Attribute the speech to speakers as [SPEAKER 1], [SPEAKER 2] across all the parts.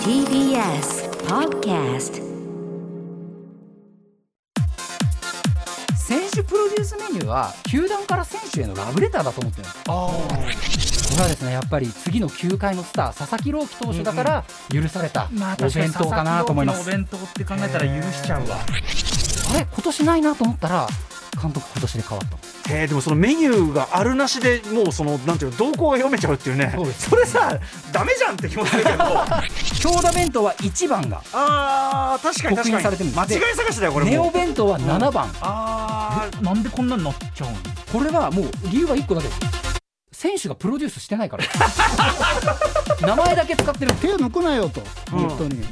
[SPEAKER 1] TBS Podcast
[SPEAKER 2] 選手プロデュースメニューは球団から選手へのラブレターだと思ってるんですこれはですねやっぱり次の球界のスター佐々木朗希投手だから許された
[SPEAKER 3] まあ
[SPEAKER 2] お
[SPEAKER 3] 確かに
[SPEAKER 2] 弁当かなと思います、
[SPEAKER 3] 佐々木朗希のお弁当って考えたら許しちゃうわ
[SPEAKER 2] あれ今年ないなと思ったら監督今年で変わった
[SPEAKER 4] えー、でもそのメニューがあるなしでもうそのなんていうの動向が読めちゃうっていうね
[SPEAKER 2] そ
[SPEAKER 4] そう
[SPEAKER 2] です
[SPEAKER 4] れさダメじゃんって気持ちだけどあ
[SPEAKER 2] 強打弁当は1番が
[SPEAKER 4] あ確かに確
[SPEAKER 2] 刻印さ
[SPEAKER 4] か
[SPEAKER 2] れてる
[SPEAKER 4] に
[SPEAKER 2] んで
[SPEAKER 4] 間違い探しだよこれ
[SPEAKER 2] ネ
[SPEAKER 4] も
[SPEAKER 2] オ
[SPEAKER 4] う
[SPEAKER 2] 弁当は7番、
[SPEAKER 4] あー
[SPEAKER 3] なんでこんなになっちゃうの
[SPEAKER 2] これはもう理由は1個だけです選手がプロデュースしてないから名前だけ使ってる
[SPEAKER 5] 手抜くなよと、
[SPEAKER 4] うん
[SPEAKER 5] 本当に。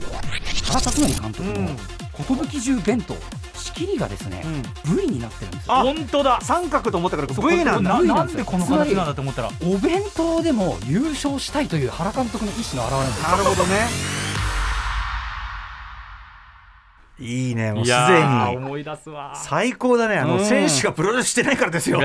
[SPEAKER 2] 原辰徳監督
[SPEAKER 4] う
[SPEAKER 2] の
[SPEAKER 4] ん
[SPEAKER 2] 寿中弁当仕切りがですね、ブリになってるんですよ
[SPEAKER 4] あ
[SPEAKER 3] 本当だ
[SPEAKER 4] 三角と思ったから V なんだ
[SPEAKER 3] な
[SPEAKER 2] V
[SPEAKER 3] な
[SPEAKER 2] なん
[SPEAKER 3] ん
[SPEAKER 2] ですよ
[SPEAKER 3] でこの形なんだと思ったら
[SPEAKER 2] お弁当でも優勝したいという原監督の意思の表れなんです
[SPEAKER 4] なるほどねいいねもうすで
[SPEAKER 3] ー
[SPEAKER 4] に
[SPEAKER 3] 思い出すわ
[SPEAKER 4] 最高だねあの、
[SPEAKER 3] うん
[SPEAKER 4] 選手がプロデュースしてないからですよ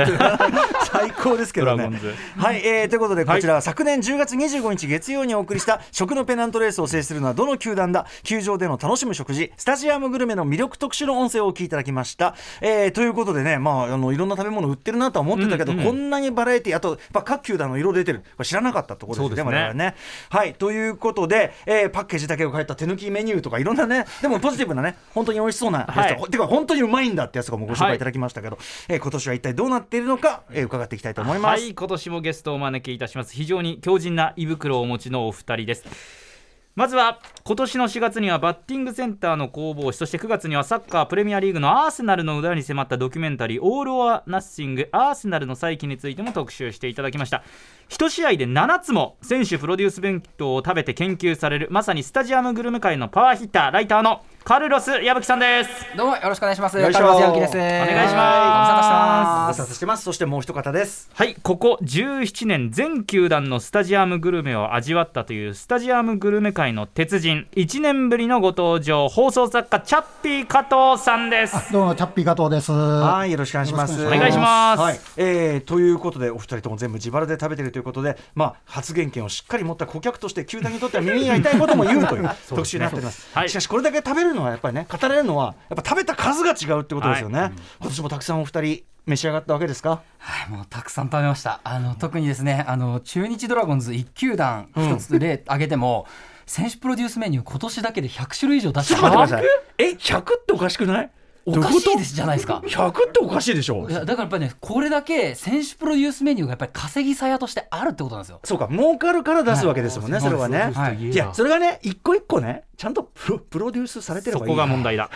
[SPEAKER 4] 最高ですけ
[SPEAKER 3] ド
[SPEAKER 4] ど
[SPEAKER 3] ラ
[SPEAKER 4] ね
[SPEAKER 3] ゴンズ
[SPEAKER 4] はい、えーということで
[SPEAKER 3] はい
[SPEAKER 4] こちらは昨年10月25日月曜にお送りした食のペナントレースを制するのはどの球団だ球場での楽しむ食事スタジアムグルメの魅力特集の音声をお聞きいただきました、えーということでね、まあ、あのいろんな食べ物売ってるなとは思ってたけど、
[SPEAKER 3] うんうん
[SPEAKER 4] こんなにバラエティあと、まあ、各球団の色出てるこれ知らなかったところですね
[SPEAKER 3] そうですね
[SPEAKER 4] 我々ねはいということで、えーパッケージだけが入った手抜きメニューとかいろんなねでもポジティブなね本当に美味しそうなやつとか、
[SPEAKER 3] はい
[SPEAKER 4] てか本当にうまいんだってやつとかもご紹
[SPEAKER 3] は
[SPEAKER 4] 介
[SPEAKER 3] い
[SPEAKER 4] いただきましたけど、えー今年は一体どうなっているのか、えー伺っていきたいと思います。
[SPEAKER 3] はい今年もゲストをお招きいたします非常に強靭な胃袋をお持ちのお二人ですまずは今年の4月にはバッティングセンターの攻防そして9月にはサッカープレミアリーグのアーセナルの裏に迫ったドキュメンタリー「オール・オア・ナッシングアーセナルの再起」についても特集していただきました1試合で7つも選手プロデュース弁当を食べて研究されるまさにスタジアムグルメ界のパワーヒッターライターのカルロス矢吹さんです
[SPEAKER 6] どうもよろしくお願いします。
[SPEAKER 4] よいし
[SPEAKER 6] カ
[SPEAKER 4] ょ
[SPEAKER 6] ルロスヤンキです。お
[SPEAKER 4] お
[SPEAKER 3] 願いします
[SPEAKER 4] ご無沙汰してます。そしてもう一方です。
[SPEAKER 3] はいここ17年全球団のスタジアムグルメを味わったというスタジアムグルメ界の鉄人1年ぶりのご登場放送作家チャッピー加藤さんです
[SPEAKER 5] あどうも、チャッピー加藤です。は
[SPEAKER 4] はい、よろしくお願いします。
[SPEAKER 5] よ
[SPEAKER 3] ろしくお願いします
[SPEAKER 4] はい、えーということで、お二人とも全部自腹で食べてるということで、まあ、発言権をしっかり持った顧客として、球団にとっては耳が痛いことも言うという特集になっております。
[SPEAKER 3] はい
[SPEAKER 4] しかし、これだけ食べるのは、やっぱりね、語れるのは、やっぱ食べた数が違うってことですよね。今年もたくさんお二人、召し上がったわけですか。
[SPEAKER 6] はい、もうたくさん食べました。あの特にですね、あの中日ドラゴンズ一球団一つ例挙げても、選手プロデュースメニュー今年だけで100種類以上出して
[SPEAKER 4] ちょっと待
[SPEAKER 6] ま
[SPEAKER 4] って
[SPEAKER 6] す。
[SPEAKER 4] ください。え、百っておかしくない。
[SPEAKER 6] おかしいですじゃないですか。
[SPEAKER 4] 百っておかしいでしょ
[SPEAKER 6] いやだからやっぱりね、これだけ選手プロデュースメニューがやっぱり稼ぎ鞘としてあるってことなんですよ。
[SPEAKER 4] そうか儲かるから出すわけですもんね、それはね、
[SPEAKER 6] はい
[SPEAKER 4] い、やそれがね一個一個ねちゃんとプロプロデュースされてれ
[SPEAKER 3] そ
[SPEAKER 4] ばいい
[SPEAKER 3] こが問題だ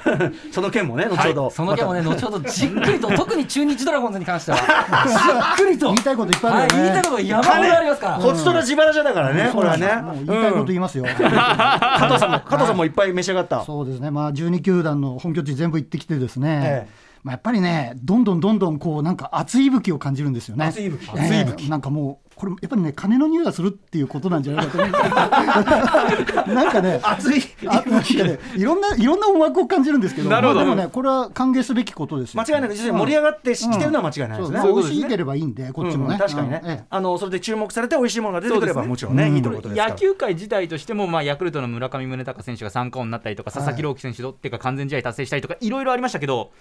[SPEAKER 4] その件もね後ほど、
[SPEAKER 6] その件もね、後ほどじっくりと、特に中日ドラゴンズに関しては、じっくりと。
[SPEAKER 5] 言いたいこといっぱいあ
[SPEAKER 6] はい
[SPEAKER 5] るよね。
[SPEAKER 6] 言いたいこと 山ほどありますから。
[SPEAKER 4] ホストラ自腹じゃだからね、これはね
[SPEAKER 5] もう言いたいこと言いますよ。
[SPEAKER 4] 加藤さんも加藤さんもいっぱい召し上がった、
[SPEAKER 5] そうですね、まあ、12球団の本拠地全部行ってきてですね、
[SPEAKER 4] ええ
[SPEAKER 5] まあ、やっぱりね、どんどんどんどんこうなんか熱い息吹を感じるんですよね。
[SPEAKER 4] 熱い息吹
[SPEAKER 5] ええなんかもう、これ、やっぱりね、金の匂いがするっていうことなんじゃないかと思 うなんかね、
[SPEAKER 4] 熱い
[SPEAKER 5] あなんかねいろんな、いろんな思惑を感じるんですけど、
[SPEAKER 3] なるほど
[SPEAKER 5] まあでもね、これは歓迎すべきことですよ。
[SPEAKER 4] 間違いなく実際盛り上がってきてるのは間違いないですね、
[SPEAKER 5] そうまあ美味しければいいんで、こっちも
[SPEAKER 4] う
[SPEAKER 5] ね。
[SPEAKER 4] ん確かにね、
[SPEAKER 5] うんええ
[SPEAKER 4] あのそれで注目されて美味しいものが出てくれ
[SPEAKER 3] そうです
[SPEAKER 4] ば、
[SPEAKER 3] ね
[SPEAKER 4] もちろんね、
[SPEAKER 5] うん
[SPEAKER 4] いいということですから
[SPEAKER 3] 野球界自体としても、まあ、ヤクルトの村上宗隆選手が参加になったりとか、佐々木朗希選手どっていうか完全試合達成したりとかいろいろありましたけど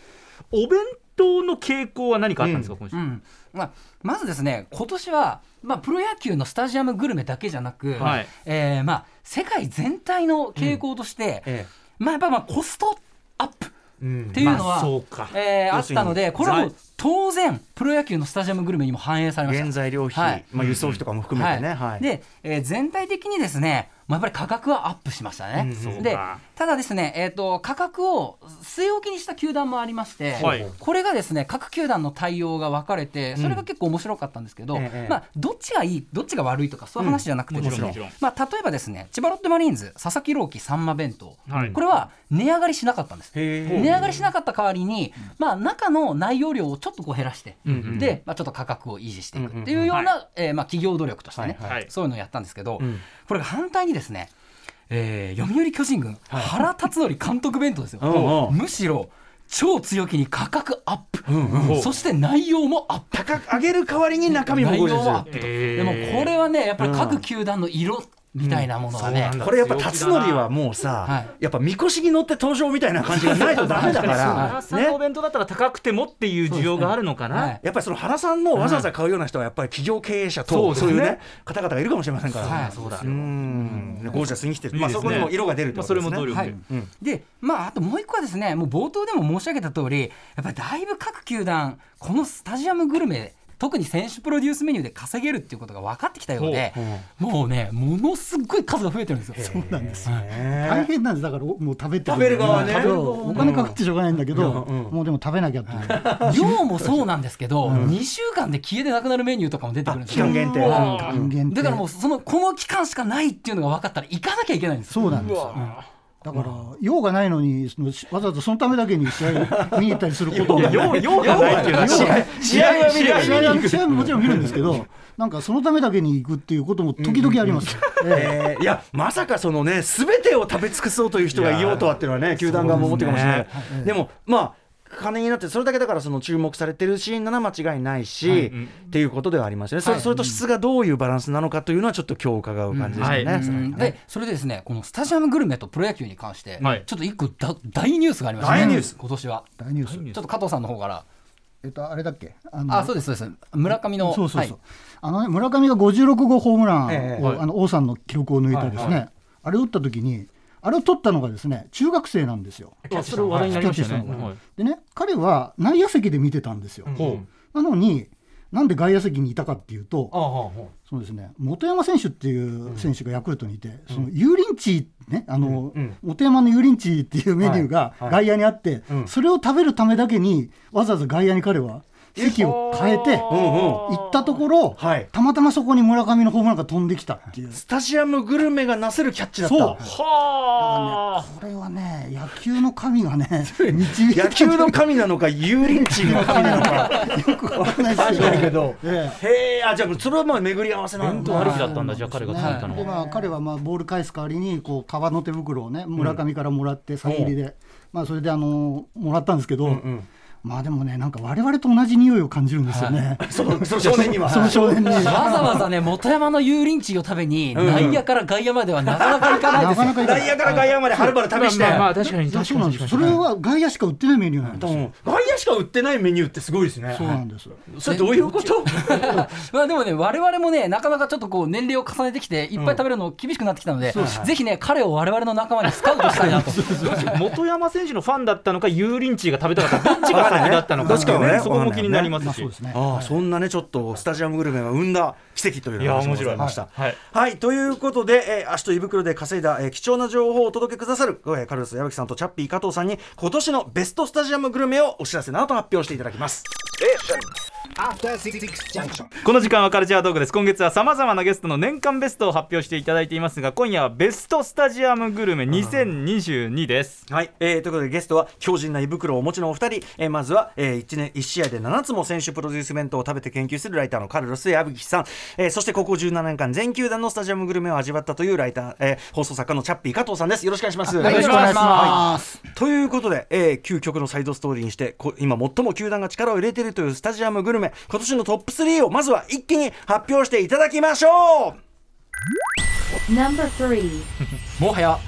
[SPEAKER 3] お弁当の傾向は何かあったんですか、今週、
[SPEAKER 6] うんまあ、まずですね今年は、まあ、プロ野球のスタジアムグルメだけじゃなく、
[SPEAKER 3] はい
[SPEAKER 6] えーまあ、世界全体の傾向として、
[SPEAKER 4] え
[SPEAKER 6] まあ、やっぱまあコストアップ
[SPEAKER 4] えうん
[SPEAKER 6] っていうの
[SPEAKER 3] まあ
[SPEAKER 6] は、
[SPEAKER 3] そうか
[SPEAKER 6] えーあっ
[SPEAKER 4] 要するに
[SPEAKER 6] たのでこれはもう当然プロ野球のスタジアムグルメにも反映されました
[SPEAKER 4] 原材料費、
[SPEAKER 6] はい
[SPEAKER 4] まあ、輸送費とかも含めてね、はい
[SPEAKER 6] はいで、えー全体的にですね、まあ、やっぱり価格はアップしましたね、
[SPEAKER 4] うん
[SPEAKER 3] そう
[SPEAKER 6] で
[SPEAKER 3] か
[SPEAKER 6] ただですね、えー、と価格を据え置きにした球団もありまして、
[SPEAKER 3] はい
[SPEAKER 6] これがですね各球団の対応が分かれてそれが結構面白かったんですけど、
[SPEAKER 4] ええ
[SPEAKER 6] まあ、どっちがいいどっちが悪いとかそういう話じゃなくて
[SPEAKER 3] うんも
[SPEAKER 6] で
[SPEAKER 3] ち
[SPEAKER 6] す
[SPEAKER 3] ろん
[SPEAKER 6] ね、
[SPEAKER 3] もちろん
[SPEAKER 6] まあ、例えばですね千葉ロッテマリーンズ佐々木朗希さんま弁当、
[SPEAKER 3] はい
[SPEAKER 6] これは値上がりしなかったんです。
[SPEAKER 4] へえ
[SPEAKER 6] 値上がりしなかった代わりに、まあ、中の内容量をちょっとこう減らして、で、まあ、ちょっと価格を維持していくっていうような、えーまあ、企業努力としてね、
[SPEAKER 3] はいはい
[SPEAKER 6] そういうのをやったんですけど、
[SPEAKER 4] ん
[SPEAKER 6] これが反対にですね、えー読売巨人軍、原辰徳監督弁当ですよ、
[SPEAKER 4] うんうん
[SPEAKER 6] むしろ超強気に価格アップ、
[SPEAKER 3] うん
[SPEAKER 6] そして内容もアップ
[SPEAKER 4] 高く上げる代わりに中身も
[SPEAKER 6] 内
[SPEAKER 4] ご
[SPEAKER 6] 容もアッ
[SPEAKER 4] 自
[SPEAKER 6] プ
[SPEAKER 3] え
[SPEAKER 6] でも
[SPEAKER 3] ー
[SPEAKER 6] これはねやっぱり各球団の色みたいなものがね、
[SPEAKER 4] これやっぱ辰徳はもうさ、
[SPEAKER 6] はい
[SPEAKER 4] やっぱみこしに乗って登場みたいな感じがないとダメ だか
[SPEAKER 3] 原
[SPEAKER 4] ら
[SPEAKER 3] さんのお
[SPEAKER 4] ね
[SPEAKER 3] 弁当だったら高くてもっていう需要があるのか
[SPEAKER 6] は
[SPEAKER 3] な。
[SPEAKER 6] い
[SPEAKER 4] やっぱりその原さんのわざわざ買うような人はやっぱり企業経営者と
[SPEAKER 3] そ
[SPEAKER 4] そう
[SPEAKER 3] う
[SPEAKER 4] い
[SPEAKER 3] ですね
[SPEAKER 4] うね方々がいるかもしれませんから、
[SPEAKER 6] はい
[SPEAKER 3] そうだ
[SPEAKER 4] う。んゴージャスに生きてる、まあ、
[SPEAKER 3] いいで
[SPEAKER 4] そ
[SPEAKER 3] すね
[SPEAKER 4] こにも色が出るって
[SPEAKER 3] まあそ
[SPEAKER 4] こと
[SPEAKER 3] れ
[SPEAKER 4] です
[SPEAKER 3] も
[SPEAKER 4] ね
[SPEAKER 3] 努力。
[SPEAKER 6] はい
[SPEAKER 4] うん
[SPEAKER 6] でまあ、あともう一個はですねもう冒頭でも申し上げた通りやっぱりだいぶ各球団このスタジアムグルメ特に選手プロデュースメニューで稼げるっていうことが分かってきたようでもうねものすごい数が増えてるんですよ。
[SPEAKER 5] そうなんですよ
[SPEAKER 4] ね
[SPEAKER 5] 大変なんですだからおもう食べて
[SPEAKER 4] 食べる側ね
[SPEAKER 5] そうお金かかってしょうがないんだけど、
[SPEAKER 4] うんうん
[SPEAKER 5] もうでも食べなきゃっていう、
[SPEAKER 6] 量もそうなんですけど、2週間で消えてなくなるメニューとかも出てくるんです
[SPEAKER 4] 期
[SPEAKER 6] よ
[SPEAKER 4] 間。限定、
[SPEAKER 5] 還元って
[SPEAKER 6] だからもうそのこの期間しかないっていうのが分かったら行かなきゃいけないんですよ。
[SPEAKER 5] そうなんですよだから用がないのにそのわざわざそのためだけに試合見に行ったりすること
[SPEAKER 3] いや用
[SPEAKER 5] が
[SPEAKER 3] 用がないっていうのは
[SPEAKER 5] 用がない
[SPEAKER 4] 試合は見るよ
[SPEAKER 5] 試合は試合ももちろん見るんですけど、なんかそのためだけに行くっていうことも時々あります。
[SPEAKER 4] えーいやまさかそのね全てを食べ尽くそうという人がいようとはっていうのはね球団側も思ってるかもしれないで,、もまあ金になってそれだけだからその注目されてるシーンなら間違いないし、っていうことではありますよね、そ
[SPEAKER 6] はい
[SPEAKER 4] それと質がどういうバランスなのかというのはちょっと今日伺う感じですよね、
[SPEAKER 3] うんはい
[SPEAKER 4] それはね
[SPEAKER 6] でそれでですねこのスタジアムグルメとプロ野球に関して、
[SPEAKER 3] はい
[SPEAKER 6] ちょっと一個だ大ニュースがありましたね
[SPEAKER 4] 大ニュース
[SPEAKER 6] 今年は。
[SPEAKER 5] 大ニュース。
[SPEAKER 6] ちょっと加藤さんの方から、
[SPEAKER 5] えっとあれだっけ？あの
[SPEAKER 6] あ、そうです、そうです、村上の、
[SPEAKER 5] そうそうそう
[SPEAKER 6] は。
[SPEAKER 5] あのね村上が56号ホームランを、
[SPEAKER 4] ええ
[SPEAKER 3] はい
[SPEAKER 5] あの王さんの記録を抜いたですね。あれを打った時に、あれを取ったのがですね中学生なんですよ。
[SPEAKER 3] あそれ話題になりましたよ
[SPEAKER 5] キャッチしたの
[SPEAKER 3] ね。
[SPEAKER 5] が
[SPEAKER 3] はい
[SPEAKER 5] でね彼は内野席で見てたんですよ。
[SPEAKER 3] ほう。
[SPEAKER 5] なのになんで外野席にいたかっていうと。
[SPEAKER 4] ああほ
[SPEAKER 5] そうですね、本山選手っていう選手がヤクルトにいて、その油淋鶏、ね、あの、
[SPEAKER 4] うんうん
[SPEAKER 5] 本山の油淋鶏っていうメニューが
[SPEAKER 4] はい
[SPEAKER 5] 外野にあって、
[SPEAKER 4] うん
[SPEAKER 5] それを食べるためだけに、わざわざ外野に彼は席を変え
[SPEAKER 4] ううん
[SPEAKER 5] て
[SPEAKER 4] うん
[SPEAKER 5] 行ったところ、
[SPEAKER 4] はい
[SPEAKER 5] たまたまそこに村上のホームランが飛んできたっていう、
[SPEAKER 4] スタジアムグルメがなせるキャッチだった
[SPEAKER 5] そう
[SPEAKER 3] は
[SPEAKER 5] これはね、野球の神 がね、導いた
[SPEAKER 4] 野球の神なのか油淋鶏 の神なのか
[SPEAKER 5] よくわかんないです
[SPEAKER 4] 確
[SPEAKER 5] よ
[SPEAKER 4] かに
[SPEAKER 5] ね
[SPEAKER 4] け。ど
[SPEAKER 5] ええ
[SPEAKER 4] へえあじゃあそれはまあ巡り合わせなん
[SPEAKER 3] 本当
[SPEAKER 4] だ
[SPEAKER 3] ありきだったんだじゃあ彼がついたの
[SPEAKER 5] で
[SPEAKER 3] は。
[SPEAKER 5] まあ彼はまあボール返す代わりにこう革の手袋をね村上からもらってサイン入りで、まあそれであのーもらったんですけど、
[SPEAKER 4] ん
[SPEAKER 5] まあでもねなんか我々と同じ匂いを感じるんですよね。
[SPEAKER 4] そのその少年には
[SPEAKER 5] その少年に。
[SPEAKER 6] いわざわざね、元山の油淋鶏を食べに、内野から外野まではなかなか行かないで
[SPEAKER 5] な
[SPEAKER 6] すよ
[SPEAKER 5] かなかいかな
[SPEAKER 4] 内
[SPEAKER 5] い
[SPEAKER 4] 野から外野まではるばる
[SPEAKER 3] まあ
[SPEAKER 4] 旅して、
[SPEAKER 3] まあまあ確かに
[SPEAKER 5] いや
[SPEAKER 3] 確
[SPEAKER 5] そう
[SPEAKER 3] か
[SPEAKER 5] なん
[SPEAKER 3] に
[SPEAKER 5] で
[SPEAKER 3] 確か
[SPEAKER 5] す
[SPEAKER 3] に。
[SPEAKER 5] それは外野しか売ってないメニューなんです
[SPEAKER 4] う
[SPEAKER 5] よ。
[SPEAKER 4] ん外野しか売ってないメニューってすごいですね
[SPEAKER 5] そうなんです。
[SPEAKER 4] それどういうこと
[SPEAKER 6] まあでもね、我々もね、なかなかちょっとこう、年齢を重ねてきて、いっぱい食べるの厳しくなってきたので、ぜひね、彼を我々の仲間にスカウトしたい なと。
[SPEAKER 3] 元山選手のファンだったのか油淋鶏が食べたか ったどっちが先だったのか
[SPEAKER 4] どっちかはね
[SPEAKER 3] そこも気になります
[SPEAKER 5] まあ
[SPEAKER 3] し
[SPEAKER 5] そうですね。
[SPEAKER 4] ああそんなねちょっとスタジアムグルメが生んだ奇跡というのが
[SPEAKER 3] いや面白い
[SPEAKER 4] ござました。
[SPEAKER 3] はいはい
[SPEAKER 4] はいということで、えー、足と胃袋で稼いだ、えー貴重な情報をお届けくださる、えーカルロス矢吹さんとチャッピー加藤さんに今年のベストスタジアムグルメをお知らせなどと発表していただきます。
[SPEAKER 1] After Six Junction.
[SPEAKER 3] この時間はカルチャートークです今月はさまざまなゲストの年間ベストを発表していただいていますが今夜はベストスタジアムグルメ2022です
[SPEAKER 4] はい、えーということでゲストは強靭な胃袋をお持ちのお二人、えーまずは、えー、1, 年1試合で7つも選手プロデュース弁当を食べて研究するライターのカルロス矢吹さん、えーそしてここ17年間全球団のスタジアムグルメを味わったというライター、えー放送作家のチャッピー加藤さんですよろしくお願いします。
[SPEAKER 6] よろしくお願いします。
[SPEAKER 4] ということで、えー究極のサイドストーリーにしてこ今最も球団が力を入れているというスタジアムグルメ今年のトップ3をまずは一気に発表していただきましょ
[SPEAKER 7] Number three.
[SPEAKER 6] もはや、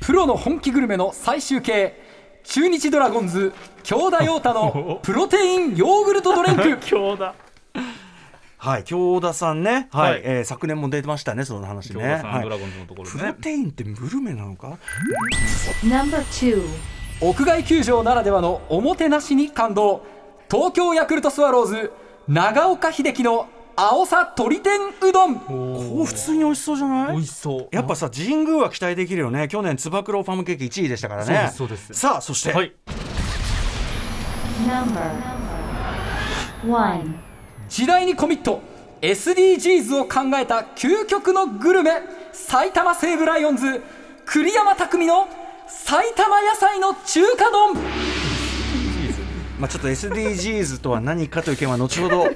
[SPEAKER 6] プロの本気グルメの最終形、中日ドラゴンズ、京田陽太のプロテインヨーグルトドレンク。
[SPEAKER 3] 強だ
[SPEAKER 4] うはい京田さんね、はい
[SPEAKER 3] はい
[SPEAKER 4] えー昨年も出てましたねその話
[SPEAKER 3] 強
[SPEAKER 4] ね
[SPEAKER 3] 田さん、
[SPEAKER 4] はい
[SPEAKER 3] ドラゴンズのところ
[SPEAKER 4] プ
[SPEAKER 3] ね
[SPEAKER 4] ロテインってグルメなのか
[SPEAKER 7] Number two.
[SPEAKER 6] 屋外球場ならではのおもてなしに感動東京ヤクルトスワローズ長岡秀樹の青さ鶏天うどん
[SPEAKER 4] こう普通に美味しそうじゃない
[SPEAKER 3] 美味しそう
[SPEAKER 4] やっぱさ神宮は期待できるよね去年つば九郎ファームケーキ1位でしたからね
[SPEAKER 3] そうですそうです
[SPEAKER 4] さあそして、
[SPEAKER 3] はい
[SPEAKER 7] Number one.
[SPEAKER 6] 時代にコミット SDGs を考えた究極のグルメ埼玉西武ライオンズ栗山匠の埼玉野菜の中華丼
[SPEAKER 4] まあ、ちょっと SDGs とは何かという件は後ほど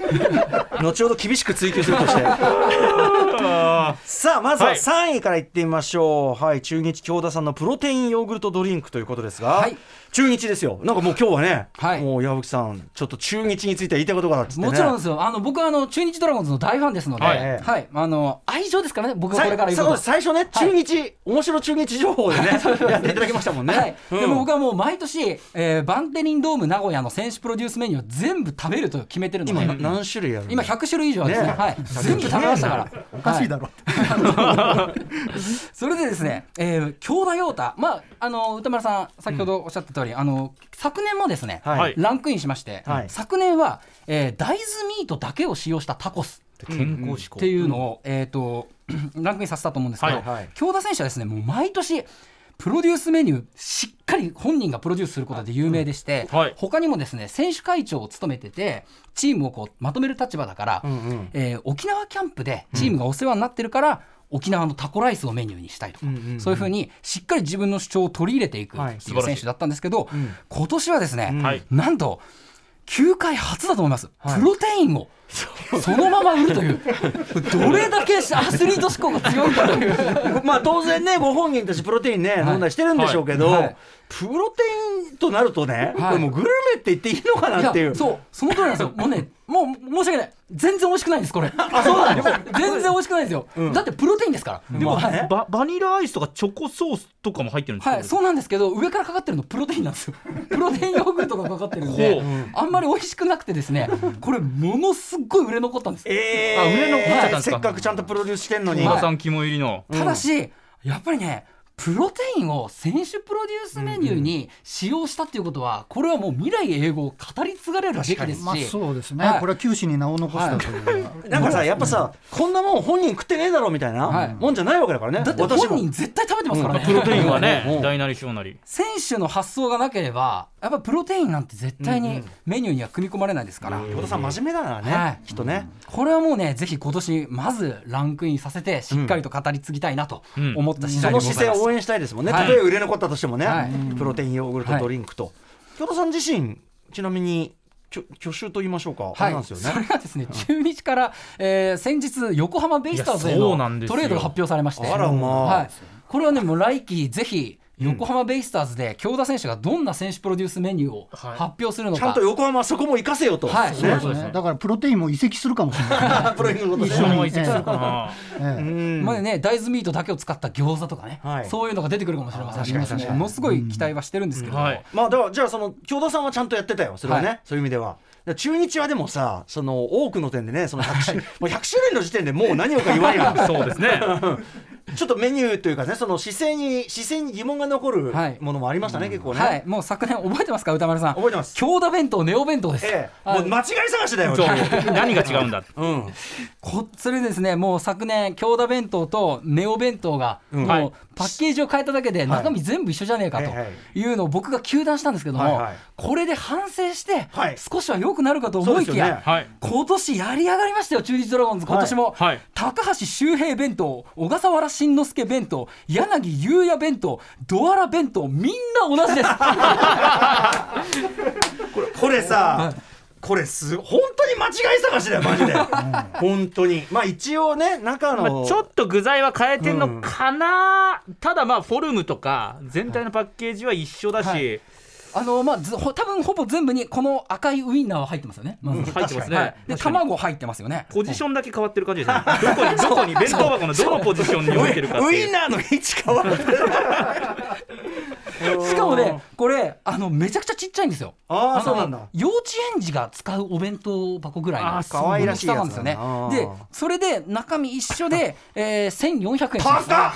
[SPEAKER 4] 後ほど厳しく追求するとして
[SPEAKER 3] あ
[SPEAKER 4] さあまずは
[SPEAKER 3] はい
[SPEAKER 4] 3位からいってみましょうはい中日京田さんのプロテインヨーグルトドリンクということですが、
[SPEAKER 6] はい
[SPEAKER 4] 中日ですよなんかもう今日はね、
[SPEAKER 6] はい
[SPEAKER 4] もう矢吹さんちょっと中日について言いたいことがあるっつって、ね、
[SPEAKER 6] もちろんですよ。あの僕はあの中日ドラゴンズの大ファンですので、
[SPEAKER 4] は
[SPEAKER 6] はいい、あの愛情ですからね。僕は
[SPEAKER 4] さい
[SPEAKER 6] これから言う
[SPEAKER 4] そう
[SPEAKER 6] こ
[SPEAKER 4] です
[SPEAKER 6] と。
[SPEAKER 4] 最初ね、
[SPEAKER 6] はい
[SPEAKER 4] 中日面白中日情報でね やっていただきましたもんね、
[SPEAKER 6] はい、
[SPEAKER 4] うん
[SPEAKER 6] でも僕はもう毎年、えーバンテリンドーム名古屋の選手プロデュースメニューを全部食べると決めてるので
[SPEAKER 4] 今何種類あるの
[SPEAKER 6] 今100種類以上ですね
[SPEAKER 4] ね
[SPEAKER 6] はい、全部食べましたから
[SPEAKER 5] おかしいだろって、
[SPEAKER 6] それでですね、えー、京田陽太、まあ、あの歌丸さん、先ほどおっしゃった通り、あの昨年もですね、
[SPEAKER 4] はい、
[SPEAKER 3] はい
[SPEAKER 6] ランクインしまして、
[SPEAKER 4] はい
[SPEAKER 6] 昨年は、えー大豆ミートだけを使用したタコス
[SPEAKER 3] ー健康志向
[SPEAKER 6] っていうのを、えー、と ランクインさせたと思うんですけど、
[SPEAKER 3] はい
[SPEAKER 4] はい
[SPEAKER 6] 京田選手はですねもう毎年プロデュースメニューしっかり本人がプロデュースすることで有名でして、
[SPEAKER 3] うんはい
[SPEAKER 6] 他にもですね選手会長を務めててチームをこうまとめる立場だから、
[SPEAKER 4] うんうん
[SPEAKER 6] えー沖縄キャンプでチームがお世話になってるから、沖縄のタコライスをメニューにしたいとか、
[SPEAKER 4] うんうんうん
[SPEAKER 6] そういうふうにしっかり自分の主張を取り入れていく
[SPEAKER 4] はい
[SPEAKER 6] っていう選手だったんですけど、
[SPEAKER 4] ん
[SPEAKER 6] 今年はですね、
[SPEAKER 3] はい
[SPEAKER 6] なんと球界初だと思います、
[SPEAKER 4] はい
[SPEAKER 6] プロテインをそのまま売るというどれだけアスリート志向が強いかという
[SPEAKER 4] まあ当然ねご本人たちプロテインね、
[SPEAKER 6] い
[SPEAKER 4] 飲んだりしてるんでしょうけど、
[SPEAKER 6] はいはい
[SPEAKER 4] プロテインとなると
[SPEAKER 6] は
[SPEAKER 4] ね、
[SPEAKER 6] い
[SPEAKER 4] これもうグルメって言っていいのかなっていう
[SPEAKER 6] やそうその通りなんですよもうねもう申し訳ない全然美味しくないんですこれ
[SPEAKER 4] あそうなの
[SPEAKER 6] 全然美味しくないんですよ、だってプロテインですから
[SPEAKER 4] でも
[SPEAKER 6] はい
[SPEAKER 4] ね
[SPEAKER 3] ババニラアイスとかチョコソースとかも入ってるんですか
[SPEAKER 6] はい、そうなんですけど上からかかってるのプロテインなんですよプロテインヨーグルトがかかってるん
[SPEAKER 3] ほ
[SPEAKER 6] で
[SPEAKER 3] う
[SPEAKER 6] あんまり美味しくなくてですねこれものすっごい売れ残ったんです
[SPEAKER 4] えー、
[SPEAKER 3] あ上の方だったんです
[SPEAKER 4] せ
[SPEAKER 3] か
[SPEAKER 4] っかくちゃんとプロデュースしてんのに
[SPEAKER 3] 小田さん肝入りの
[SPEAKER 6] ただし、やっぱりねプロテインを選手プロデュースメニューに使用したっていうことは、これはもう未来英語を語り継がれるべきですし、
[SPEAKER 5] まあ、そうですね、
[SPEAKER 6] はい
[SPEAKER 5] これは九死に名を残したという、
[SPEAKER 4] なんかさやっぱさ、こんなもん本人食ってねえだろみたいな、
[SPEAKER 6] はい
[SPEAKER 4] もんじゃないわけだからね
[SPEAKER 6] だって
[SPEAKER 4] 私も
[SPEAKER 6] 本人絶対食べてますからね、
[SPEAKER 3] プロテインは
[SPEAKER 4] う
[SPEAKER 3] ね
[SPEAKER 4] ん
[SPEAKER 3] 大なり小なり
[SPEAKER 6] 選手の発想がなければやっぱプロテインなんて絶対にメニューには組み込まれないですから、
[SPEAKER 4] 小田さん真面目だからね、
[SPEAKER 6] はい
[SPEAKER 4] きっとね、
[SPEAKER 6] これはもうねぜひ今年まずランクインさせてしっかりと語り継ぎたいなと思った次
[SPEAKER 4] そ
[SPEAKER 6] 第で
[SPEAKER 4] の
[SPEAKER 6] ございます、
[SPEAKER 4] 姿勢を応援したいですもんね、
[SPEAKER 6] はい
[SPEAKER 4] たとえ売れ残ったとしてもね、
[SPEAKER 6] はい
[SPEAKER 4] プロテインヨーグルトドリンクと、京田さん自身ちなみにきょ去就と言いましょうか、あ
[SPEAKER 6] は
[SPEAKER 4] れ
[SPEAKER 6] い
[SPEAKER 4] なんですよ
[SPEAKER 6] それ
[SPEAKER 4] ね
[SPEAKER 6] がですね中日から、えー先日横浜ベイスターズへ
[SPEAKER 3] いやそ
[SPEAKER 6] の
[SPEAKER 3] うなんですよ
[SPEAKER 6] トレードが発表されまして
[SPEAKER 4] あらまあ
[SPEAKER 6] はい、これはねもう来季ぜひ横浜ベイスターズで京田選手がどんな選手プロデュースメニューを
[SPEAKER 3] はい
[SPEAKER 6] 発表するの
[SPEAKER 4] ち
[SPEAKER 6] か、
[SPEAKER 4] ゃんと横浜はそこも行かせよと、
[SPEAKER 6] はい
[SPEAKER 4] ね
[SPEAKER 6] そう
[SPEAKER 5] そうですねだからプロテインも移籍するかもしれない。
[SPEAKER 4] プロテインのこと
[SPEAKER 5] 一緒に
[SPEAKER 3] もう移籍するかな
[SPEAKER 5] え
[SPEAKER 4] う
[SPEAKER 5] え
[SPEAKER 4] ん
[SPEAKER 6] までね、大豆ミートだけを使った餃子とかね、
[SPEAKER 4] はい
[SPEAKER 6] そういうのが出てくるかもしれません
[SPEAKER 4] あ確かに確かに
[SPEAKER 6] ものすごい期待はしてるんですけど、
[SPEAKER 3] はい
[SPEAKER 4] まあだからじゃあその京田さんはちゃんとやってたよそれはね、
[SPEAKER 6] はい
[SPEAKER 4] そういう意味では。だから中日はでもさその多くの点でねその 100, 種もう100種類の時点でもう何をか言わんやん
[SPEAKER 3] そうですね
[SPEAKER 4] ちょっとメニューというかねその姿勢に姿勢に疑問が残る
[SPEAKER 6] はい
[SPEAKER 4] ものもありましたね、結構ね、
[SPEAKER 6] はいもう昨年覚えてますか歌丸さん
[SPEAKER 4] 覚えてます
[SPEAKER 6] 京田弁当ネオ弁当です、
[SPEAKER 4] ええ
[SPEAKER 6] はい
[SPEAKER 4] もう間違い探しだよ
[SPEAKER 3] そう
[SPEAKER 4] 今日
[SPEAKER 3] 何が違うんだ
[SPEAKER 4] うん
[SPEAKER 6] こそれでですねもう昨年京田弁当とネオ弁当が、
[SPEAKER 4] うん
[SPEAKER 3] はい
[SPEAKER 6] もうパッケージを変えただけで中身全部一緒じゃねえかと
[SPEAKER 4] はいはい
[SPEAKER 6] いうのを僕が糾弾したんですけども、
[SPEAKER 4] はいはい
[SPEAKER 6] これで反省して
[SPEAKER 4] はい
[SPEAKER 6] 少しは良くなるかと思いきや、
[SPEAKER 4] そうですよね
[SPEAKER 3] はい
[SPEAKER 6] 今年やり上がりましたよ中日ドラゴンズ今年も、
[SPEAKER 3] はいはい
[SPEAKER 6] 高橋周平弁当小笠原慎之介弁当柳優也弁当ドアラ弁当みんな同じです
[SPEAKER 4] これこれさ、これす本当に間違い探しだよマジで本当にまあ一応ね中
[SPEAKER 3] ま
[SPEAKER 4] の
[SPEAKER 3] あ、ちょっと具材は変えてんのかな、ただまあフォルムとか全体のパッケージは一緒だし、
[SPEAKER 6] はあのまあずほ多分ほぼ全部にこの赤いウインナーは入ってますよね、まず
[SPEAKER 3] 入ってますね、
[SPEAKER 6] はい、で
[SPEAKER 3] 確かに
[SPEAKER 6] 卵入ってますよね
[SPEAKER 3] ポジションだけ変わってる感じですねどこにどこに弁当箱のどのポジションに置いてるかって
[SPEAKER 4] ウ
[SPEAKER 3] い
[SPEAKER 4] イン
[SPEAKER 3] う
[SPEAKER 4] ナーの位置変わる
[SPEAKER 6] しかもね、これ、あのめちゃくちゃちっちゃいんですよ。
[SPEAKER 4] あー
[SPEAKER 6] の
[SPEAKER 4] そうなんだ
[SPEAKER 6] 幼稚園児が使うお弁当箱ぐらいの
[SPEAKER 3] あー
[SPEAKER 6] そう
[SPEAKER 4] 可愛らしいやつだ
[SPEAKER 6] 大きさなんですよ
[SPEAKER 4] あ
[SPEAKER 6] ね。で、それで中身一緒で、えー、1400円しま
[SPEAKER 4] パ
[SPEAKER 6] す。
[SPEAKER 4] カ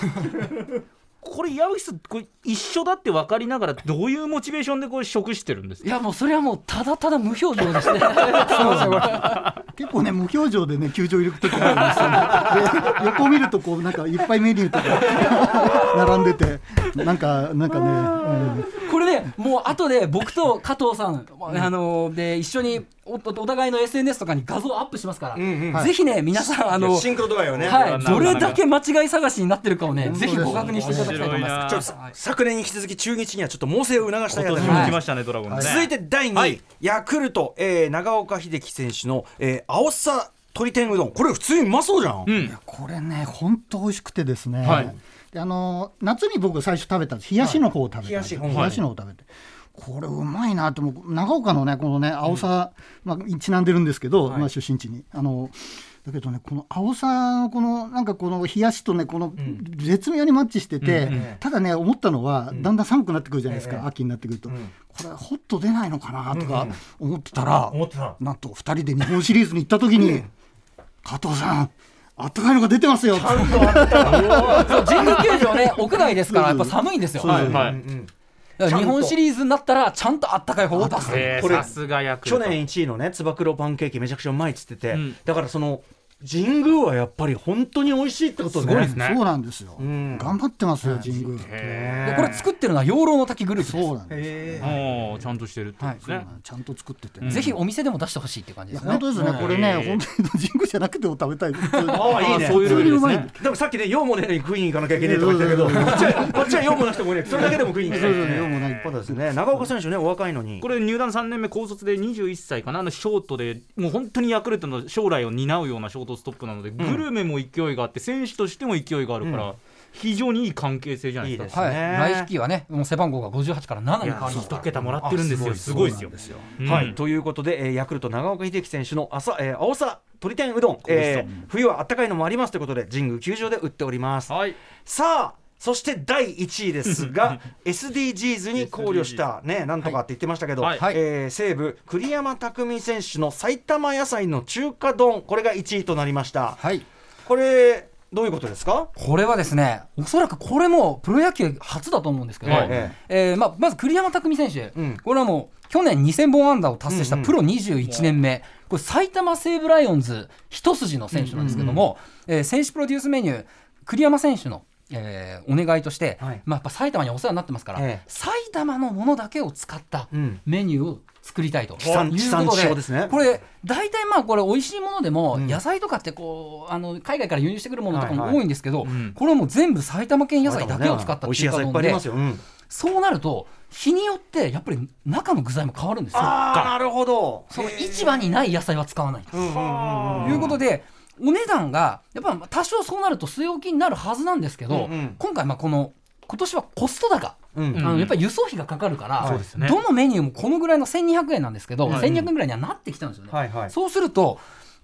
[SPEAKER 3] これ矢吹さんこれ一緒だって分かりながらどういうモチベーションでこれ食してるんです
[SPEAKER 6] い
[SPEAKER 3] か
[SPEAKER 6] やもうそれはもうただただ無表情 ですね。
[SPEAKER 5] 結構ね、無表情でね、球場入る時あるんですよ、ね。で、横見ると、こう、なんかいっぱいメニューとか並んでて、なんか、なんかね、
[SPEAKER 6] これね、もう後で僕と加藤さん、あので一緒におお互いの SNS とかに画像アップしますから、
[SPEAKER 4] ん
[SPEAKER 6] ぜひね皆さんあ
[SPEAKER 4] あの
[SPEAKER 6] の
[SPEAKER 4] シンクロとかよね、
[SPEAKER 6] はい、
[SPEAKER 3] な
[SPEAKER 6] ど
[SPEAKER 3] んか
[SPEAKER 6] れだけ間違い探しになってるかをね、ぜひご確認していただきたいと思います。
[SPEAKER 4] ちょっと、昨年に引き続き中日にはちょっと猛省を促したいな
[SPEAKER 3] 今
[SPEAKER 4] と
[SPEAKER 3] 年
[SPEAKER 4] 思いま
[SPEAKER 3] も
[SPEAKER 4] す
[SPEAKER 3] 来ましたね、ドラゴンズね
[SPEAKER 4] 続いて第2位、
[SPEAKER 3] はい
[SPEAKER 4] ヤクルト、えー長岡秀樹選手の、えー、青さ鶏天うどんこれ普通にうまそうじゃん、
[SPEAKER 3] うん
[SPEAKER 5] これね本当美味しくてですね、
[SPEAKER 3] はい
[SPEAKER 5] であの夏に僕最初食べたんです冷やしの方を食べたんです、
[SPEAKER 4] 冷やしはい
[SPEAKER 5] 冷やしの方を食べて。これうまいなってもう長岡のねこのね青さ、まあ、ちなんでるんですけど、まあ、出身地にあのだけどねこの青さのこのなんかこの冷やしとねこの絶妙にマッチしてて、ただね思ったのは、だんだん寒くなってくるじゃないですか、
[SPEAKER 4] ええ
[SPEAKER 5] 秋になってくると、
[SPEAKER 4] ん
[SPEAKER 5] これホット出ないのかなとか思ってたら、
[SPEAKER 4] 思ってた
[SPEAKER 5] なんと2人で日本シリーズに行った時に「加藤さんあったかいのが出てますよ」
[SPEAKER 6] そう神宮球場ね、屋外ですから、やっぱ寒いんですよ。
[SPEAKER 3] はいは
[SPEAKER 4] う
[SPEAKER 3] い
[SPEAKER 4] んうん
[SPEAKER 6] だから日本シリーズになったら、ちゃんとあったかい方を出す。
[SPEAKER 3] え
[SPEAKER 4] これ
[SPEAKER 3] ーさすがヤクル
[SPEAKER 4] 去
[SPEAKER 3] ト
[SPEAKER 4] 年1位のねつば九郎パンケーキめちゃくちゃうまいっつってて、
[SPEAKER 3] うん
[SPEAKER 4] だからその神宮はやっぱり本当に美味しいってことね
[SPEAKER 3] すごいですね
[SPEAKER 5] そうなんですよ、
[SPEAKER 4] ん
[SPEAKER 5] 頑張ってますよ神宮
[SPEAKER 3] へ
[SPEAKER 6] これ作ってるのは養老の滝グループです
[SPEAKER 5] そうなんです
[SPEAKER 3] ーおーちゃんとしてるってことですね、
[SPEAKER 5] そうなんちゃんと作ってて、
[SPEAKER 6] ぜひお店でも出してほしいっていう感じ
[SPEAKER 5] い
[SPEAKER 6] で
[SPEAKER 5] や
[SPEAKER 6] すね。
[SPEAKER 5] 本当ですね、これね、
[SPEAKER 3] えー
[SPEAKER 5] 本当に神宮じゃなくても食べたいです。
[SPEAKER 4] ああいいね
[SPEAKER 3] そういうルールですね
[SPEAKER 4] でもさっきね用もねえのに食いに行かなきゃいけねえとか言ったけどこっちはこっちは用もなくてもねそれだけでも食いに行きたいですね
[SPEAKER 5] 用もない
[SPEAKER 4] そうですね長岡選手ねお若いのに
[SPEAKER 3] これ入団3年目高卒で21歳かなあのショートでもう本当にヤクルトの将来を担うようなショートストップなので、グルメも勢いがあって選手としても勢いがあるから、非常にいい関係性じゃないですか
[SPEAKER 4] いいですね
[SPEAKER 6] はい、来季はね、もう背番号が58から7に変わりました
[SPEAKER 3] 一。桁もらってるんですよすごいですようん
[SPEAKER 4] はい、ということで、えーヤクルト長岡秀樹選手の朝、えー青さ鶏天うどん、
[SPEAKER 3] 味しそう
[SPEAKER 4] えー冬はあったかいのもありますということで神宮球場で売っております、
[SPEAKER 3] はい
[SPEAKER 4] さあそして第1位です が SDGs に考慮した、ね、なんとかって言ってましたけど、
[SPEAKER 3] はい
[SPEAKER 6] はい
[SPEAKER 4] えー西武、栗山巧選手の埼玉野菜の中華丼これが1位となりました、
[SPEAKER 6] はい。
[SPEAKER 4] これどういうことですか
[SPEAKER 6] これはですね、おそらくこれもプロ野球初だと思うんですけど、
[SPEAKER 3] はい
[SPEAKER 6] えーまあ、まず栗山巧選手、
[SPEAKER 4] うん
[SPEAKER 6] これはもう去年2000本安打を達成した
[SPEAKER 4] うんうん
[SPEAKER 6] プロ21年目、これ埼玉西武ライオンズ一筋の選手なんですけども、えー選手プロデュースメニュー、栗山選手の、えーお願いとして、
[SPEAKER 4] はい
[SPEAKER 6] まあ、やっぱ埼玉にお世話になってますから、
[SPEAKER 4] ええ
[SPEAKER 6] 埼玉のものだけを使った
[SPEAKER 4] うん
[SPEAKER 6] メニューを作りたいという
[SPEAKER 4] 地産地産
[SPEAKER 6] こと
[SPEAKER 4] 地消ですね
[SPEAKER 6] これ大体まあこれ美味しいものでも、
[SPEAKER 4] ん
[SPEAKER 6] 野菜とかってこうあの海外から輸入してくるものとか
[SPEAKER 4] は
[SPEAKER 6] も
[SPEAKER 4] いは
[SPEAKER 6] 多
[SPEAKER 4] い
[SPEAKER 6] いんですけど、
[SPEAKER 3] ん
[SPEAKER 6] これはもう全部埼玉県野菜だけを使った
[SPEAKER 4] 美味しい
[SPEAKER 6] 中
[SPEAKER 4] 野
[SPEAKER 6] 華
[SPEAKER 4] 菜いっ
[SPEAKER 6] 丼
[SPEAKER 4] ぱいあり
[SPEAKER 6] で
[SPEAKER 4] ますよ、うん
[SPEAKER 6] そうなると日によってやっぱり中の具材も変わるんですよ
[SPEAKER 4] ああなるほど
[SPEAKER 6] その市場にない野菜は使わないと
[SPEAKER 4] うんうんうんうん
[SPEAKER 6] いうことでお値段がやっぱ多少そうなると据え置きになるはずなんですけど、
[SPEAKER 4] うんうん
[SPEAKER 6] 今回まあこの今年はコスト高
[SPEAKER 4] うん
[SPEAKER 6] あのやっぱり輸送費がかかるから、
[SPEAKER 4] そう
[SPEAKER 3] ですね
[SPEAKER 6] どのメニューもこのぐらいの1200円なんですけど、
[SPEAKER 4] はい
[SPEAKER 6] 1200円ぐらいにはなってきたんですよね、
[SPEAKER 4] はいはい
[SPEAKER 6] そうすると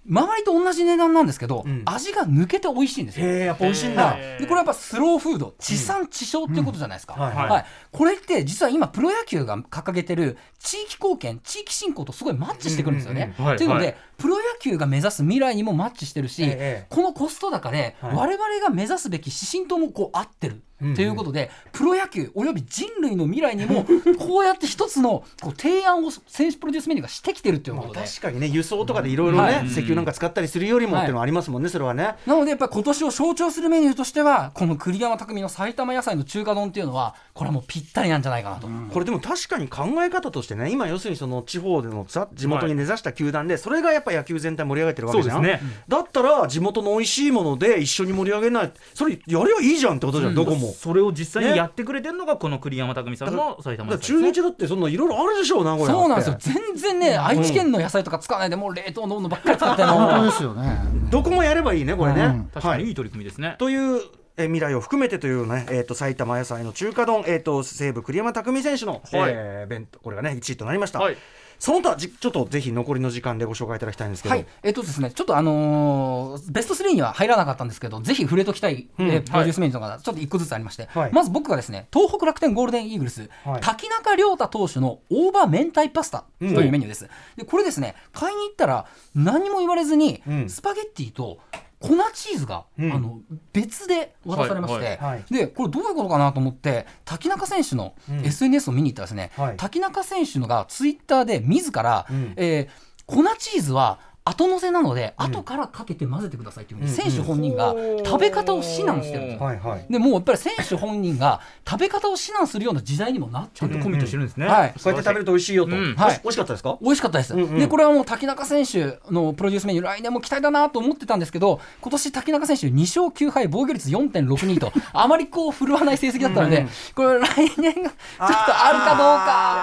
[SPEAKER 6] 周りと同じ値段なんですけど、
[SPEAKER 4] うん
[SPEAKER 6] 味が抜けて美味しいんですよ
[SPEAKER 4] へえやっぱ美味しいんだ、
[SPEAKER 6] はいでこれやっぱスローフード地産地消っていうことじゃないですか、
[SPEAKER 4] うんはい
[SPEAKER 3] はい
[SPEAKER 6] これって実は今プロ野球が掲げてる地域貢献地域振興とすごいマッチしてくるんですよね。
[SPEAKER 3] うんうんうんはい
[SPEAKER 6] というので、
[SPEAKER 3] はい
[SPEAKER 6] プロ野球が目指す未来にもマッチしてるし、
[SPEAKER 4] ええ
[SPEAKER 6] このコスト高で
[SPEAKER 4] はい
[SPEAKER 6] 我々が目指すべき指針ともこう合ってる。ということで、プロ野球および人類の未来に もこうやって一つのこう提案を選手プロデュースメニューがしてきてるという
[SPEAKER 4] まあ
[SPEAKER 6] ことで、
[SPEAKER 4] 確かにね輸送とかでいろいろね、
[SPEAKER 6] はい
[SPEAKER 4] 石油なんか使ったりするよりもっていうのはありますもんねそれはね
[SPEAKER 6] なのでやっぱり今年を象徴するメニューとしてはこの栗山匠の埼玉野菜の中華丼っていうのはこれはもうぴったりなんじゃないかなと、
[SPEAKER 4] これでも確かに考え方としてね今要するにその地方でのさ地元に根ざした球団でそれがやっぱ野球全体盛り上げてるわ
[SPEAKER 3] そ
[SPEAKER 4] け
[SPEAKER 3] う
[SPEAKER 4] じ
[SPEAKER 3] で
[SPEAKER 4] ゃ
[SPEAKER 3] す
[SPEAKER 4] ん、
[SPEAKER 3] ね、
[SPEAKER 4] だったら地元の美味しいもので一緒に盛り上げないそれやりゃいいじゃんってことじゃん、どこも。
[SPEAKER 3] それを実際にやってくれてるのがこの栗山巧さんの埼
[SPEAKER 4] だ
[SPEAKER 3] 玉
[SPEAKER 4] から
[SPEAKER 3] 野菜
[SPEAKER 4] 中日だってそんないろいろあるでしょう名古屋だって
[SPEAKER 6] そうなんですよ全然ね、愛知県の野菜とか使わないでもう冷凍のものばっかり使ってる
[SPEAKER 5] 本当
[SPEAKER 6] の
[SPEAKER 5] ですよね。
[SPEAKER 4] どこもやればいいねこれね、
[SPEAKER 5] うん
[SPEAKER 3] 確か
[SPEAKER 4] はい
[SPEAKER 3] にいい取り組みですね、
[SPEAKER 4] というえー未来を含めてというね、えー、と埼玉野菜の中華丼、えー、と西武栗山巧選手の、
[SPEAKER 3] はい
[SPEAKER 4] えー弁当これがね1位となりました、
[SPEAKER 3] はい
[SPEAKER 4] その他じちょっとぜひ残りの時間でご紹介いただきたいんですけど、
[SPEAKER 6] はい、えっとですね、ちょっとあのーベスト3には入らなかったんですけど、ぜひ触れときたい、
[SPEAKER 4] ん
[SPEAKER 6] えープロデュースメニューとかがちょっと一個ずつありまして、
[SPEAKER 4] はい
[SPEAKER 6] まず僕がですね、東北楽天ゴールデンイーグルス、
[SPEAKER 4] はい
[SPEAKER 6] 滝中亮太投手の大葉明太パスタというメニューです。で、これですね、買いに行ったら何も言われずに、
[SPEAKER 4] うん
[SPEAKER 6] スパゲッティと粉チーズが、
[SPEAKER 4] うん
[SPEAKER 6] あの別で渡されまして、
[SPEAKER 3] はい
[SPEAKER 4] はいはい
[SPEAKER 6] でこれどういうことかなと思って滝中選手の
[SPEAKER 4] うん
[SPEAKER 6] SNS を見に行ったらですね、
[SPEAKER 4] はい
[SPEAKER 6] 滝中選手のがツイッターで自ら、
[SPEAKER 4] うん
[SPEAKER 6] えー粉チーズは後乗せなので、後からかけて混ぜてくださいっていうふうに
[SPEAKER 4] うん
[SPEAKER 6] 選手本人が食べ方を指南してるんですよ。
[SPEAKER 4] はいはい
[SPEAKER 6] でもうやっぱり選手本人が食べ方を指南するような時代にもなってる
[SPEAKER 3] コミットしてるんですね、
[SPEAKER 6] はい
[SPEAKER 4] こうやって食べると美味しいよと、
[SPEAKER 3] うん
[SPEAKER 4] おし
[SPEAKER 6] はい
[SPEAKER 4] 美味しかったですか
[SPEAKER 6] 美味しかったです、
[SPEAKER 4] うんうん
[SPEAKER 6] でこれはもう滝中選手のプロデュースメニュー来年も期待だなと思ってたんですけど今年滝中選手2勝9敗防御率4.62と あまりこう振るわない成績だったので、これ来年がちょっとあるかどうか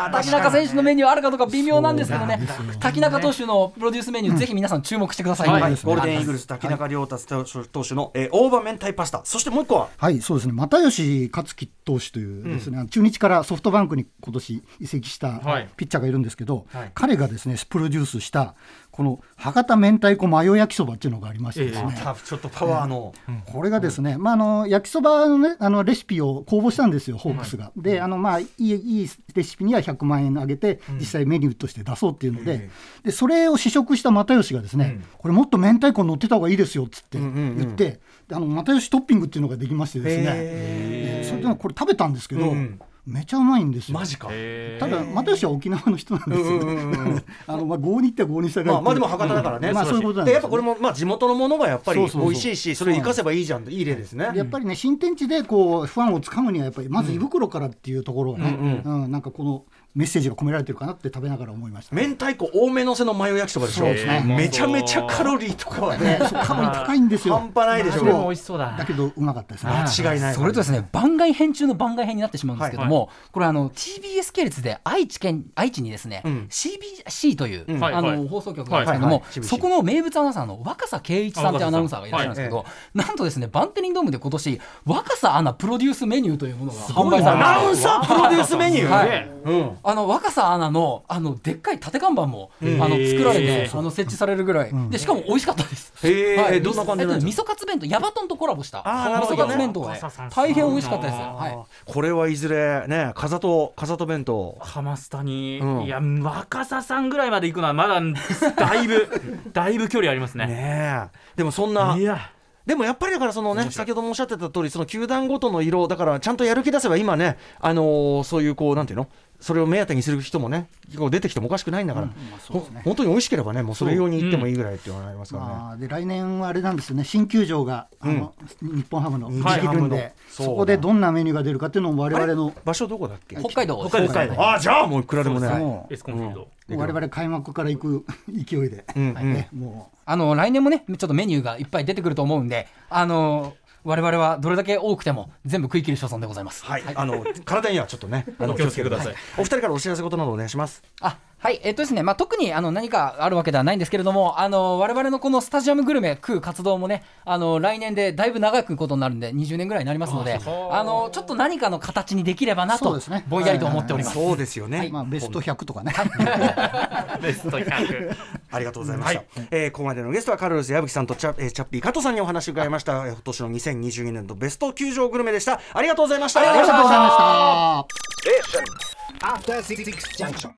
[SPEAKER 4] あー
[SPEAKER 6] 滝中選手のメニューあるかどうか微妙なんですけどね
[SPEAKER 5] そうなんですよ
[SPEAKER 6] 滝中投手のプロデュースメニューぜひひ皆さん注目してください。
[SPEAKER 5] はい
[SPEAKER 4] ゴールデンイーグルス滝中亮太投手の、えー大葉明太パスタそしてもう一個は
[SPEAKER 5] はい、そうですね。又吉克樹投手というですね、中日からソフトバンクに今年移籍した
[SPEAKER 3] はい
[SPEAKER 5] ピッチャーがいるんですけど、
[SPEAKER 3] はい
[SPEAKER 5] 彼がですね、プロデュースしたこの博多明太子マヨ焼きそばっていうのがありましてですね。
[SPEAKER 4] ちょっとパワーの、
[SPEAKER 5] これがですね、まあ、あの焼きそばの,、ね、あのレシピを公募したんですよ、ホークスが。であの、まあいい、いいレシピには100万円あげて、実際メニューとして出そうっていうので、でそれを試食した又吉がですね、これ、もっと明太子乗ってた方がいいですよっつって言って、であの又吉トッピングっていうのができましてですね、でそれでこれ食べたんですけど、
[SPEAKER 4] ん
[SPEAKER 5] めちゃうまいんですよ。
[SPEAKER 4] マジか、
[SPEAKER 5] ただ又吉は沖縄の人なんですよね。 あのまあ合に行っては合に従いっていう
[SPEAKER 4] まあ、まあでも博多だからね、
[SPEAKER 5] うんまあそういうことなん
[SPEAKER 4] でや
[SPEAKER 5] ですよね
[SPEAKER 4] っぱこれも、まあ、地元のものがやっぱり
[SPEAKER 5] そ
[SPEAKER 4] 美
[SPEAKER 5] うそうそう
[SPEAKER 4] 味しいしそれ生かせばいいじゃんっていい例ですね、
[SPEAKER 5] やっぱりね新天地でこうファンをつかむにはやっぱりまず胃袋からっていうところがね、うんなんかこのメッセージが込められてるかなって食べながら思いました。
[SPEAKER 4] 明太子多めのせのマヨ焼きそばでしょ
[SPEAKER 5] そうですね
[SPEAKER 4] えーめちゃめちゃカロリーとかはね
[SPEAKER 5] ね、 そうカロリー高いんですよ。
[SPEAKER 4] 半端ないでしょ
[SPEAKER 5] そう
[SPEAKER 4] これも
[SPEAKER 3] 美味しそうだ
[SPEAKER 5] だけどうまかったですね。
[SPEAKER 4] 間違いない
[SPEAKER 6] それとですね番外編中の番外編になってしまうんですけども、これあの TBS 系列で愛知県愛知にですね、
[SPEAKER 4] うん
[SPEAKER 6] CBC という、
[SPEAKER 4] うん
[SPEAKER 3] はい
[SPEAKER 6] あの、
[SPEAKER 3] はい
[SPEAKER 6] 放送局があるんですけども、
[SPEAKER 4] はいはいはい CBC
[SPEAKER 6] そこの名物アナウンサーの若狭圭一さんというアナウンサーがいらっしゃるんですけど、
[SPEAKER 4] は
[SPEAKER 6] なんとですねバンテリンドームで今年若狭アナプロデュースメニューというものが販売さ
[SPEAKER 4] ア
[SPEAKER 6] れ
[SPEAKER 4] ナウ
[SPEAKER 6] ま
[SPEAKER 4] ン
[SPEAKER 6] した。
[SPEAKER 4] サープロデュースメニュー、
[SPEAKER 6] はい
[SPEAKER 4] ねうん、
[SPEAKER 6] あの若狭アナのあのでっかい縦看板も、あの作られてあの設置されるぐらい、でしかも美味しかったです。
[SPEAKER 4] へえ、
[SPEAKER 6] はい
[SPEAKER 4] どんな感じなん
[SPEAKER 6] えっ
[SPEAKER 4] です
[SPEAKER 6] と味
[SPEAKER 4] か
[SPEAKER 6] 噌カツ弁当ヤバトンとコラボした
[SPEAKER 4] あーなる
[SPEAKER 6] 味
[SPEAKER 4] ほ
[SPEAKER 6] 噌
[SPEAKER 4] ど
[SPEAKER 6] カ
[SPEAKER 4] ね
[SPEAKER 6] ツ弁当が
[SPEAKER 3] 若狭さん
[SPEAKER 6] 大変美味しかったです。
[SPEAKER 3] そうなん
[SPEAKER 6] はい。
[SPEAKER 4] これはいずれね風と風と弁当
[SPEAKER 3] ハマスタに、
[SPEAKER 4] うん
[SPEAKER 3] いや若狭さんぐらいまで行くのはまだだいぶだいぶ距離ありますね
[SPEAKER 4] ねえでもそんない
[SPEAKER 3] や
[SPEAKER 4] でもやっぱりだからそのね先ほどもおっしゃってた通りその球団ごとの色だからちゃんとやる気出せば今ねあのーそういうこうなんていうのそれを目当てにする人もねこう出てきてもおかしくないんだから、ほ本当に美味しければねもうそれ用に行ってもいいぐらいっていうのがありますからね、
[SPEAKER 5] まあ、で来年はあれなんですよね、新球場があの、日本ハムので
[SPEAKER 4] はい
[SPEAKER 5] きるんで、
[SPEAKER 4] はい
[SPEAKER 5] そこでどんなメニューが出るかっていうのも我
[SPEAKER 4] あれ
[SPEAKER 5] 々の
[SPEAKER 4] 場所どこだっけ
[SPEAKER 6] 北海道
[SPEAKER 3] 北海道
[SPEAKER 6] です
[SPEAKER 4] ああじゃあもういくらでもね
[SPEAKER 5] そうも
[SPEAKER 3] エスコンフィールド、
[SPEAKER 5] 我々開幕から行く勢いで、
[SPEAKER 4] うんうん
[SPEAKER 5] ねもう
[SPEAKER 6] あの来年もねちょっとメニューがいっぱい出てくると思うんであの我々はどれだけ多くても全部食い切る所存でございます。
[SPEAKER 4] はい、あの体にはちょっとねあの
[SPEAKER 3] お気をつけください
[SPEAKER 4] はお二人からお知らせことなどお願いします
[SPEAKER 6] あはい、えっとですね、まあ、特にあの何かあるわけではないんですけれども、あの我々のこのスタジアムグルメ、食う活動もね、あの来年でだいぶ長くことになるんで、20年ぐらいになりますので、あのちょっと何かの形にできればな
[SPEAKER 5] そう
[SPEAKER 6] と
[SPEAKER 5] ですね、
[SPEAKER 6] ぼんやりと思っております。
[SPEAKER 4] そうですよね、
[SPEAKER 5] まあ、ベスト100とか ね。
[SPEAKER 3] ベスト100
[SPEAKER 4] ありがとうございました。
[SPEAKER 3] は
[SPEAKER 4] えーここまでのゲストはカルロス矢吹さんとチャ,、えーチャッピー加藤さんにお話を伺いました。えー今年の2022年度ベスト球場グルメでした。ありがとうございました。
[SPEAKER 5] ありがとうございました。
[SPEAKER 1] After Six Junction.